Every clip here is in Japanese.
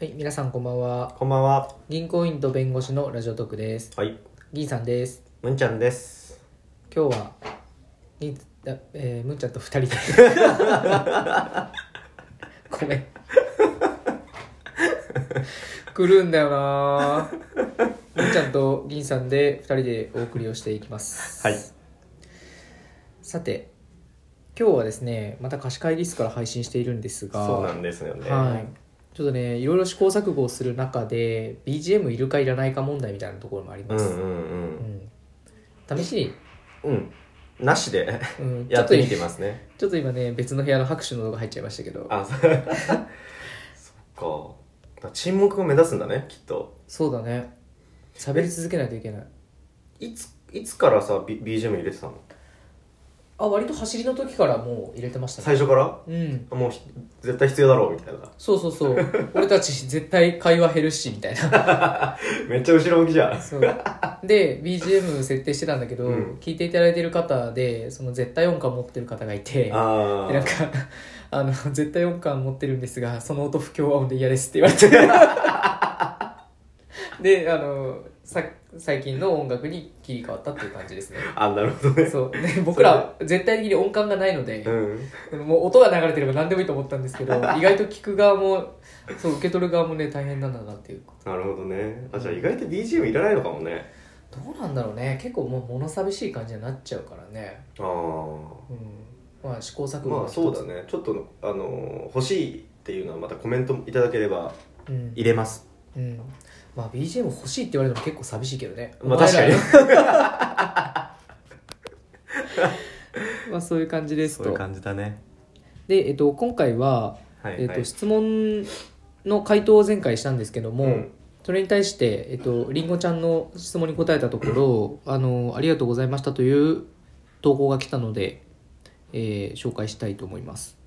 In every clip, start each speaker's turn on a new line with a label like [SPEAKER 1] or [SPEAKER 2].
[SPEAKER 1] はい、皆さんこんばんは。
[SPEAKER 2] こんばんは。
[SPEAKER 1] 銀行員と弁護士のラジオトークです。
[SPEAKER 2] はい。
[SPEAKER 1] 銀さんです。
[SPEAKER 2] むんちゃんです。
[SPEAKER 1] 今日は、銀、あえー、むんちゃんと二人で。 ごめん。来るんだよなむんちゃんと銀さんで二人でお送りをしていきます。
[SPEAKER 2] はい。
[SPEAKER 1] さて、今日はですね、また貸し会議室から配信しているんですが、
[SPEAKER 2] そうなんですよね。
[SPEAKER 1] はい、ちょっとねいろいろ試行錯誤をする中で BGM いるかいらないか問題みたいなところもあり
[SPEAKER 2] う
[SPEAKER 1] ま
[SPEAKER 2] ん
[SPEAKER 1] す、
[SPEAKER 2] うん
[SPEAKER 1] うん試しに、
[SPEAKER 2] うん。うん。なしで
[SPEAKER 1] うん、ちょ
[SPEAKER 2] や
[SPEAKER 1] っ
[SPEAKER 2] っ
[SPEAKER 1] と
[SPEAKER 2] てみてますね。
[SPEAKER 1] ちょっと今ね別の部屋の拍手の動画入っちゃいましたけど
[SPEAKER 2] あ、そそっか。だから沈黙を目指すんだね、きっと。
[SPEAKER 1] そうだね喋り続けないといけない
[SPEAKER 2] いつ、いつからさ、B、BGM 入れてたの
[SPEAKER 1] あ割と走りの時からもう入れてました
[SPEAKER 2] 最
[SPEAKER 1] ね
[SPEAKER 2] 初から
[SPEAKER 1] うん
[SPEAKER 2] もうひ絶対必要だろう、みたいな。
[SPEAKER 1] そうそうそう俺たち絶対会話減るしみたいな
[SPEAKER 2] めっちゃ後ろ向きじゃん。
[SPEAKER 1] そうで BGM 設定してたんだけど、
[SPEAKER 2] うん
[SPEAKER 1] 聞いていただいてる方でその絶対音感持ってる方がいて
[SPEAKER 2] あ
[SPEAKER 1] でなんか
[SPEAKER 2] ー。
[SPEAKER 1] 「あの絶対音感持ってるんですがその音不協和音で嫌です」って言われてであのさ最近の音楽に切り替わったっていう感じですね
[SPEAKER 2] あ、なるほどね。
[SPEAKER 1] そうで僕ら絶対的に音感がないので
[SPEAKER 2] う、ん。
[SPEAKER 1] もう音が流れてれば何でもいいと思ったんですけど意外と聞く側もそう受け取る側もね大変なんだなっていう
[SPEAKER 2] なるほどね。あ、じゃあ意外と BGM いらないのかもね。
[SPEAKER 1] どうなんだろうね結構もう物寂しい感じになっちゃうからね、
[SPEAKER 2] ああ。
[SPEAKER 1] うん、まあ試行錯誤
[SPEAKER 2] ま
[SPEAKER 1] の
[SPEAKER 2] あ
[SPEAKER 1] 一つ
[SPEAKER 2] そうだねちょっとあの欲しいっていうのはまたコメントいただければ
[SPEAKER 1] うん
[SPEAKER 2] 入れます
[SPEAKER 1] うんまあ BGM 欲しいって言われても結構寂しいけどね
[SPEAKER 2] まあ確かに
[SPEAKER 1] お前ら まあそういう感じですと
[SPEAKER 2] じだね
[SPEAKER 1] で、えっと、今回は、
[SPEAKER 2] はいはい、
[SPEAKER 1] えっと、質問の回答を前回したんですけども、
[SPEAKER 2] うん
[SPEAKER 1] それに対して、えっと、りんごちゃんの質問に答えたところあのありがとうございましたという投稿が来たので、えー紹介したいと思います、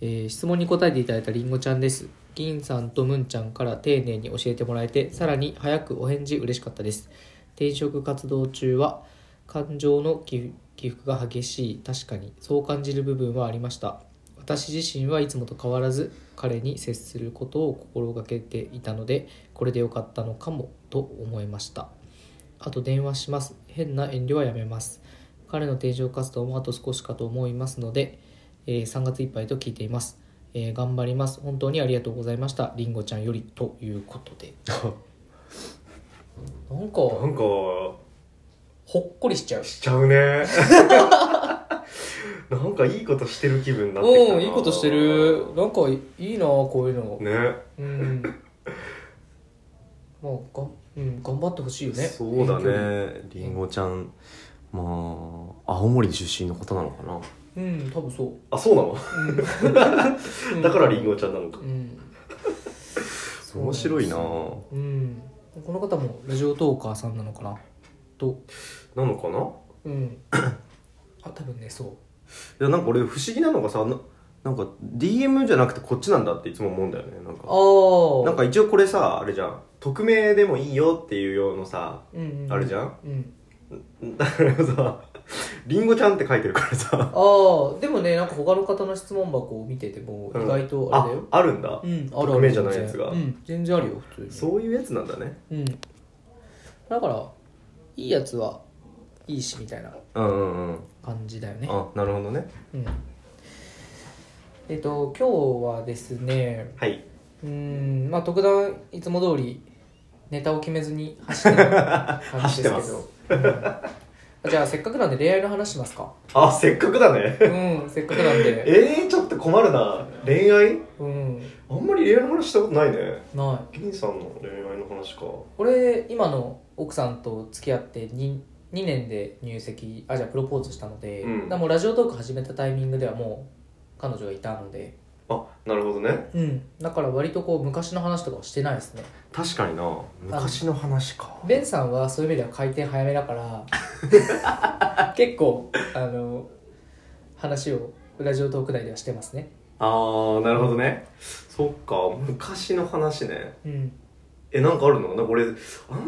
[SPEAKER 1] えー質問に答えていただいたりんごちゃんです銀さんとむんちゃんから丁寧に教えてもらえてさらに早くお返事嬉しかったです転職活動中は感情の起起伏が激しい確かにそう感じる部分はありました私自身はいつもと変わらず彼に接することを心がけていたのでこれでよかったのかもと思いましたあと電話します変な遠慮はやめます彼の定常活動もあと少しかと思いますので、えー3月いっぱいと聞いています、えー頑張ります本当にありがとうございましたりんごちゃんよりということで なんか
[SPEAKER 2] なんか
[SPEAKER 1] ほっこりしちゃう
[SPEAKER 2] しちゃうね なんかいいことしてる気分になってきたな
[SPEAKER 1] うんいいことしてるなんかいいなこういうの
[SPEAKER 2] ね
[SPEAKER 1] うんまあがん、うん、頑張ってほしいよね
[SPEAKER 2] そうだ
[SPEAKER 1] 遠距離
[SPEAKER 2] ねりんごちゃんまあ青森出身の方なのかな
[SPEAKER 1] うん多分そう、
[SPEAKER 2] あそうなの、
[SPEAKER 1] うん、
[SPEAKER 2] だからりんごちゃんなのか
[SPEAKER 1] うんう
[SPEAKER 2] 面白いな
[SPEAKER 1] うんこの方もラジオトーカーさんなのかなと
[SPEAKER 2] なのかな
[SPEAKER 1] うんあ多分ねそう
[SPEAKER 2] いやなんか俺不思議なのがさななんか DM じゃなくてこっちなんだっていつも思うんだよねなんか
[SPEAKER 1] ああ
[SPEAKER 2] なんか一応これさあれじゃん匿名でもいいよっていうようなさ
[SPEAKER 1] うんうん、
[SPEAKER 2] あれじ
[SPEAKER 1] ゃ
[SPEAKER 2] ゃん
[SPEAKER 1] ん、うん、
[SPEAKER 2] だからさ「りんごちゃん」って書いてるからさ
[SPEAKER 1] ああでもねなんか他の方の質問箱を見てても意外とあれだよ、
[SPEAKER 2] ああるんだ
[SPEAKER 1] うん、あるあ
[SPEAKER 2] 匿
[SPEAKER 1] る
[SPEAKER 2] 名じゃないやつが
[SPEAKER 1] うん、全然あるよ普通に
[SPEAKER 2] そういうやつなんだね
[SPEAKER 1] うん、だからいいやつはいいしみたいな
[SPEAKER 2] うんうんうん
[SPEAKER 1] 感じだよね、
[SPEAKER 2] あなるほどね
[SPEAKER 1] うん、えっと今日はですね
[SPEAKER 2] はい
[SPEAKER 1] うんまあ特段いつも通りネタを決めずに走ってる感じですけ
[SPEAKER 2] 走
[SPEAKER 1] ど、うんじゃあせっかくなんで恋愛の話します か
[SPEAKER 2] あせっかくだね
[SPEAKER 1] うんせっかくなんで
[SPEAKER 2] えー、ちょっと困るな恋愛
[SPEAKER 1] うん
[SPEAKER 2] あんまり恋愛の話したことないね
[SPEAKER 1] ない
[SPEAKER 2] 銀さんの恋愛の話か
[SPEAKER 1] 俺今の奥さんと付き合って 2, 2年で入籍あじゃあプロポーズしたので、
[SPEAKER 2] うん
[SPEAKER 1] だからもうラジオトーク始めたタイミングではもう彼女がいたので、
[SPEAKER 2] あなるほどね
[SPEAKER 1] うん、だから割とこう昔の話とかはしてないですね
[SPEAKER 2] 確かにな昔の話か
[SPEAKER 1] ベンさんはそういう意味では回転早めだから 結構あの話をラジオトーク内ではしてますね
[SPEAKER 2] ああなるほどねそっか昔の話ね
[SPEAKER 1] うん
[SPEAKER 2] えなんかあるのなんか俺あん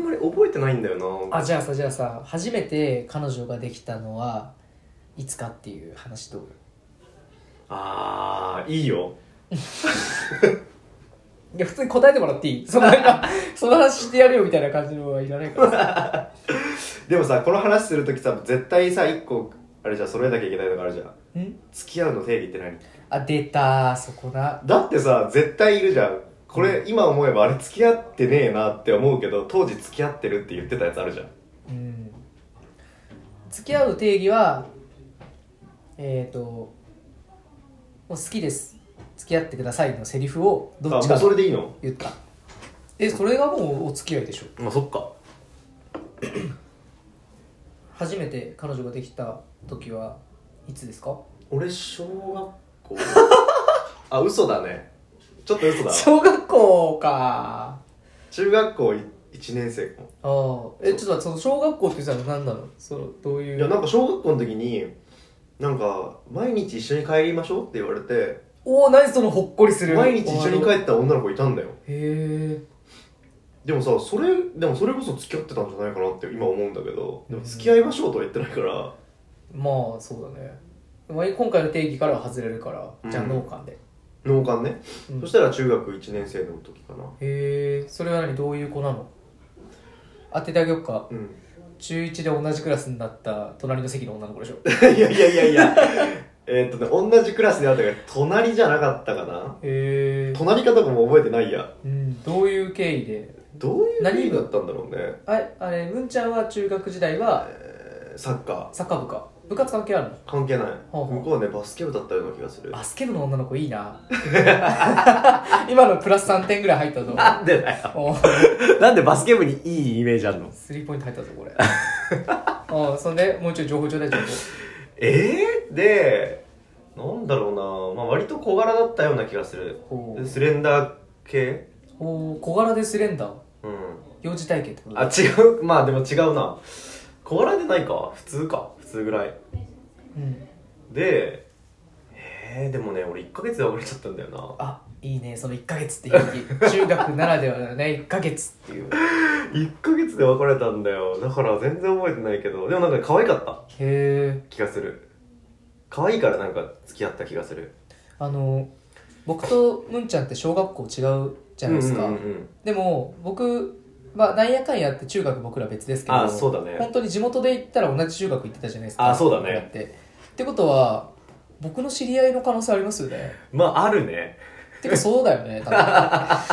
[SPEAKER 2] まり覚えてないんだよな
[SPEAKER 1] あじゃあさじゃあさ初めて彼女ができたのはいつかっていう話と
[SPEAKER 2] あーいいよ
[SPEAKER 1] や普通に答えてもらっていいそのなんかその話してやるよみたいな感じのはいらないからさ
[SPEAKER 2] でもさこの話するときさ絶対さ一個あれじゃん揃えなきゃいけないのがあるじゃん
[SPEAKER 1] ん
[SPEAKER 2] 付き合うの定義って何
[SPEAKER 1] あ出たそこな
[SPEAKER 2] だってさ絶対いるじゃんこれ、今思えばあれ付き合ってねえなって思うけど当時付き合ってるって言ってたやつあるじゃん
[SPEAKER 1] うん付き合う定義はえっ、ともう好きです付き合ってくださいのセリフをどっち
[SPEAKER 2] あも
[SPEAKER 1] か
[SPEAKER 2] うそれでいいの
[SPEAKER 1] 言ったえそれがもうお付き合いでしょ
[SPEAKER 2] まあそっか
[SPEAKER 1] 初めて彼女ができた時はいつですか
[SPEAKER 2] 俺小 学校あ嘘だねちょっと嘘だわ
[SPEAKER 1] 小学校か
[SPEAKER 2] 中学校1年生かも
[SPEAKER 1] ああえちょっと待ってその小学校って言ってたの何なのそのどうい
[SPEAKER 2] いうやなんか小学校の時になんか毎日一緒に帰りましょうって言われて
[SPEAKER 1] おお何そのほっこりする
[SPEAKER 2] 毎日一緒に帰
[SPEAKER 1] へ
[SPEAKER 2] った女の子いたんだよ
[SPEAKER 1] え
[SPEAKER 2] でもさそれでもそれこそ付き合ってたんじゃないかなって今思うんだけどでも付き合いましょうとは言ってないから
[SPEAKER 1] まあそうだねまあ今回の定義からは外れるから、
[SPEAKER 2] うん
[SPEAKER 1] じゃあ農家で、
[SPEAKER 2] 農館ね、
[SPEAKER 1] うん
[SPEAKER 2] そしたら中学1年生の時かな
[SPEAKER 1] へえそれは何どういう子なの当ててあげようか
[SPEAKER 2] うん
[SPEAKER 1] 中1で同じクラスになった隣の席の女の子でしょ
[SPEAKER 2] いやいやいやいやえーっとね同じクラスであったから隣じゃなかったかな
[SPEAKER 1] へえ、
[SPEAKER 2] 隣かとかも覚えてないや
[SPEAKER 1] うん、どういう経緯で
[SPEAKER 2] どういう何だったんだろうね
[SPEAKER 1] あれあれむんちゃんは中学時代は
[SPEAKER 2] えーサッカー
[SPEAKER 1] サッカー部か部活関係あるの
[SPEAKER 2] 関係ない
[SPEAKER 1] ほうほう
[SPEAKER 2] 向こうはねバスケ部だったような気がする
[SPEAKER 1] バスケ部の女の子いいな 今のプラス3点ぐらい入った ぞ
[SPEAKER 2] んでだよ
[SPEAKER 1] お
[SPEAKER 2] なんでバスケ部にいいイメージあるの
[SPEAKER 1] スリーポイント入ったぞこれおそんでもうちょい情報ちょうだい情報
[SPEAKER 2] えー、でなんだろうな、まあ、割と小柄だったような気がする
[SPEAKER 1] ほ
[SPEAKER 2] で
[SPEAKER 1] う
[SPEAKER 2] スレンダー系
[SPEAKER 1] ほう小柄でスレンダー
[SPEAKER 2] うん
[SPEAKER 1] 幼児体型ってこと
[SPEAKER 2] あ違うまあでも違うな小柄でないか普通か普通ぐらい
[SPEAKER 1] うん、
[SPEAKER 2] でえー、でもね俺1ヶ月で別れちゃったんだよ な
[SPEAKER 1] あいいねその1ヶ月っていう時中学ならではだね1ヶ月っていう
[SPEAKER 2] 1ヶ月で別れたんだよだから全然覚えてないけどでもなんか可愛かった
[SPEAKER 1] へえ
[SPEAKER 2] 気がする可愛いからなんか付き合った気がする
[SPEAKER 1] あの僕とむんちゃんって小学校違うじゃないですか、
[SPEAKER 2] うんうんうんうん
[SPEAKER 1] でも僕まあなんやかんやって中学僕ら別ですけど
[SPEAKER 2] あそうだね
[SPEAKER 1] 本当に地元で行ったら同じ中学行ってたじゃないですか
[SPEAKER 2] あそうだね
[SPEAKER 1] 僕らってってことは僕の知り合いの可能性ありますよね
[SPEAKER 2] まああるね
[SPEAKER 1] てかそうだよね 多分あ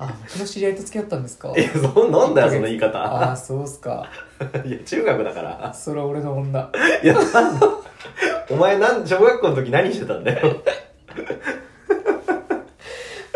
[SPEAKER 1] 僕の知り合いと付き合ったんですか
[SPEAKER 2] いやそなんだよその言い
[SPEAKER 1] あ
[SPEAKER 2] 方
[SPEAKER 1] あそうっすか
[SPEAKER 2] いや中学だから
[SPEAKER 1] それは俺の女
[SPEAKER 2] いやなんだお前なん小学校の時何してたんだよ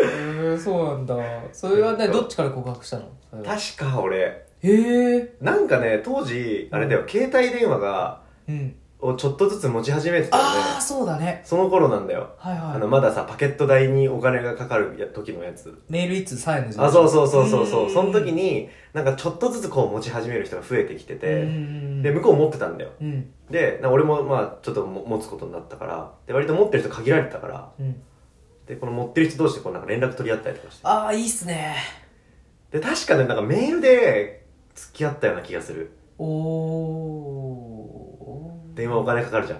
[SPEAKER 1] へえそうなんだそれはねどっちから告白したの
[SPEAKER 2] 確か俺
[SPEAKER 1] へえ
[SPEAKER 2] なんかね当時あれだよ、携帯電話が
[SPEAKER 1] うん
[SPEAKER 2] をちょっとずつ持ち始めてたよ
[SPEAKER 1] ああ
[SPEAKER 2] ね
[SPEAKER 1] そうだね
[SPEAKER 2] その頃なんだよ
[SPEAKER 1] はい
[SPEAKER 2] あ
[SPEAKER 1] は
[SPEAKER 2] のまださパケット代にお金がかかるや時のやつ
[SPEAKER 1] いメールいつ3円の時代
[SPEAKER 2] あそうそうそうそうそう
[SPEAKER 1] うん
[SPEAKER 2] その時になんかちょっとずつこう持ち始める人が増えてきて
[SPEAKER 1] う
[SPEAKER 2] て
[SPEAKER 1] ん
[SPEAKER 2] で向こう持ってたんだよ
[SPEAKER 1] うん
[SPEAKER 2] でな俺もまあちょっとも持つことになったからで割と持ってる人限られてたから
[SPEAKER 1] うん
[SPEAKER 2] でこの持ってる人同士でこうなんか連絡取り合ったりとかして
[SPEAKER 1] ああいいっすね
[SPEAKER 2] で確かねなんかメールで付き合ったような気がする
[SPEAKER 1] おお
[SPEAKER 2] 電話お金かかるじゃん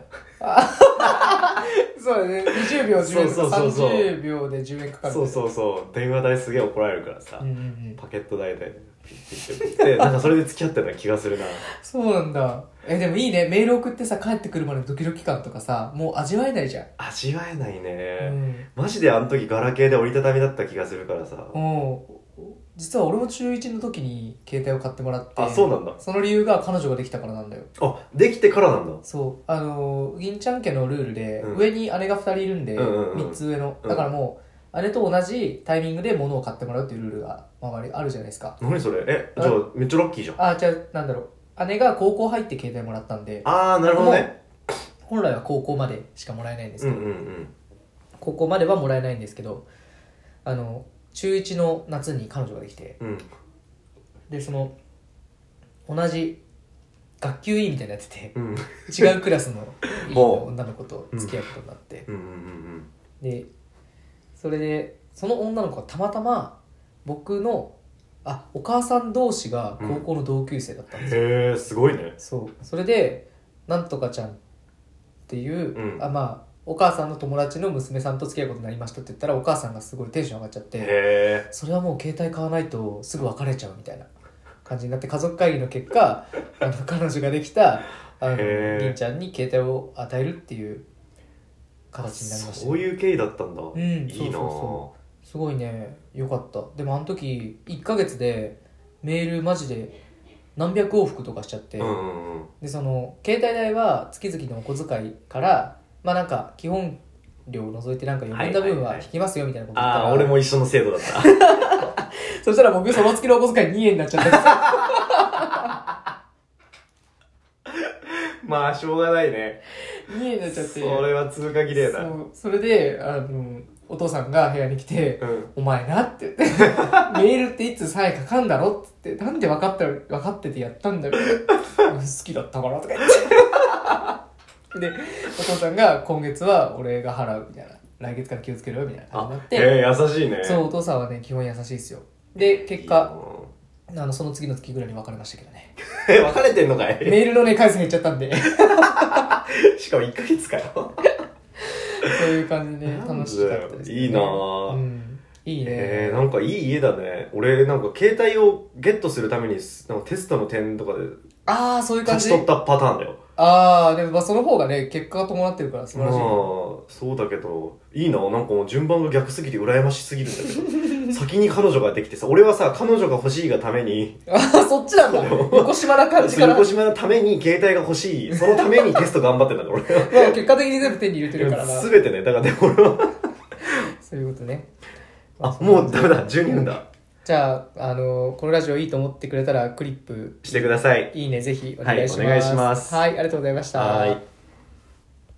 [SPEAKER 1] そうだね20秒10
[SPEAKER 2] そう
[SPEAKER 1] 円
[SPEAKER 2] そうそうそう
[SPEAKER 1] 30秒で10円かかる
[SPEAKER 2] そうそうそう電話代すげえ怒られるからさ、
[SPEAKER 1] うんうんうん
[SPEAKER 2] パケット代でピッピッピッピッでなんかそれで付き合ったような気がするな
[SPEAKER 1] そうなんだえでもいいねメール送ってさ帰ってくるまでのドキドキ感とかさもう味わえないじゃん、
[SPEAKER 2] 味わえないね、
[SPEAKER 1] うん
[SPEAKER 2] マジであの時ガラケーで折りたたみだった気がするからさ、
[SPEAKER 1] もう実は俺も中1の時に携帯を買ってもらって
[SPEAKER 2] あそうなんだ
[SPEAKER 1] その理由が彼女ができたからなんだよ
[SPEAKER 2] あできてからなんだ
[SPEAKER 1] そうあのー銀ちゃん家のルールで、
[SPEAKER 2] うん
[SPEAKER 1] 上に姉が2人いるんで、
[SPEAKER 2] うんうんうん
[SPEAKER 1] 3つ上の
[SPEAKER 2] うん
[SPEAKER 1] だからもう姉と同じタイミングで物を買ってもらうっていうルールが周りあるじゃないですか
[SPEAKER 2] 何それえ
[SPEAKER 1] あ
[SPEAKER 2] じゃあめっちゃラッキーじゃん
[SPEAKER 1] あじゃあなんだろう姉が高校入って携帯もらったんで
[SPEAKER 2] ああなるほどね
[SPEAKER 1] 本来は高校までしかもらえないんです
[SPEAKER 2] う
[SPEAKER 1] け
[SPEAKER 2] ん
[SPEAKER 1] ど、
[SPEAKER 2] うんうん
[SPEAKER 1] 高校まではもらえないんですけどあの中1の夏に彼女ができて
[SPEAKER 2] うん
[SPEAKER 1] でその同じ学級委員みたいなやってて
[SPEAKER 2] うん
[SPEAKER 1] 違うクラス の委員の
[SPEAKER 2] ほ
[SPEAKER 1] 女の子と付き合うことになって、
[SPEAKER 2] うんうん
[SPEAKER 1] でそれでその女の子がたまたま僕のあお母さん同士が高校の同級生だったんで
[SPEAKER 2] うん
[SPEAKER 1] すよ、
[SPEAKER 2] へえすごいね
[SPEAKER 1] そうそれでなんとかちゃんっていう、
[SPEAKER 2] うん
[SPEAKER 1] あまあお母さんの友達の娘さんと付き合うことになりましたって言ったらお母さんがすごいテンション上がっちゃって
[SPEAKER 2] へ
[SPEAKER 1] それはもう携帯買わないとすぐ別れちゃうみたいな感じになって家族会議の結 果あの彼女ができたあの
[SPEAKER 2] へー
[SPEAKER 1] 凛ちゃんに携帯を与えるっていう形になりました
[SPEAKER 2] そういう経緯だったんだ、
[SPEAKER 1] ん
[SPEAKER 2] いい
[SPEAKER 1] そう
[SPEAKER 2] な
[SPEAKER 1] そうそすごいねよかったでもあの時1ヶ月でメールマジで何百往復とかしちゃって、
[SPEAKER 2] うんうんうん
[SPEAKER 1] でその携帯代は月々のお小遣いからまあなんか基本料を除いてなんか余分な分は引きますよみたいなこと言ったら、
[SPEAKER 2] ああ俺も一緒の制度だった
[SPEAKER 1] そしたら僕その月のお小遣い2円になっちゃったんで
[SPEAKER 2] まあしょうがないね
[SPEAKER 1] すよ2円になっちゃって
[SPEAKER 2] それは通過儀礼だ
[SPEAKER 1] そうそれであのお父さんが部屋に来て
[SPEAKER 2] うん
[SPEAKER 1] 「お前な」 って言って「メールっていつさえ書かんだろ」って言って「なんで分かった分かっててやったんだよ」好きだったから」とか言って でお父さんが「今月は俺が払う」みたいな「来月から気をつけるよ」みたいな感じになっ
[SPEAKER 2] へ
[SPEAKER 1] て
[SPEAKER 2] え優しいね
[SPEAKER 1] そうお父さんはね基本優しいですよで結果あのその次の月ぐらいに別れましたけどね
[SPEAKER 2] いいなえ 別れてんのかい
[SPEAKER 1] メールのね回数減っちゃったんで
[SPEAKER 2] しかも1ヶ月かよ
[SPEAKER 1] そういう感じでね
[SPEAKER 2] なんだよ
[SPEAKER 1] 楽しかったです、ね、
[SPEAKER 2] いいな
[SPEAKER 1] う
[SPEAKER 2] ぁ
[SPEAKER 1] んいいね、
[SPEAKER 2] えー、なんかいい家だね俺なんか携帯をゲットするためになんかテストの点とかで
[SPEAKER 1] ああそういう感
[SPEAKER 2] 勝
[SPEAKER 1] じ
[SPEAKER 2] ち取ったパターンだよ
[SPEAKER 1] ああでもまあその方がね結果が伴ってるから素晴
[SPEAKER 2] まあ
[SPEAKER 1] らしい、
[SPEAKER 2] そうだけどいいななんかもう順番が逆すぎて羨ましすぎるんだけ ど先に彼女ができてさ俺はさ彼女が欲しいがために
[SPEAKER 1] ああそっちなんだ横島な感じから
[SPEAKER 2] 横島のために携帯が欲しいそのためにテスト頑張ってんだから俺は
[SPEAKER 1] まあ結果的に全部手に入れてるからな
[SPEAKER 2] 全てねだからね俺は
[SPEAKER 1] そういうことね
[SPEAKER 2] あもうダメだ12分だ
[SPEAKER 1] じゃあ、あのこのラジオいいと思ってくれたらクリップ
[SPEAKER 2] してください
[SPEAKER 1] いいねぜひお願いします,、
[SPEAKER 2] はいお願いします
[SPEAKER 1] はいありがとうございました
[SPEAKER 2] はい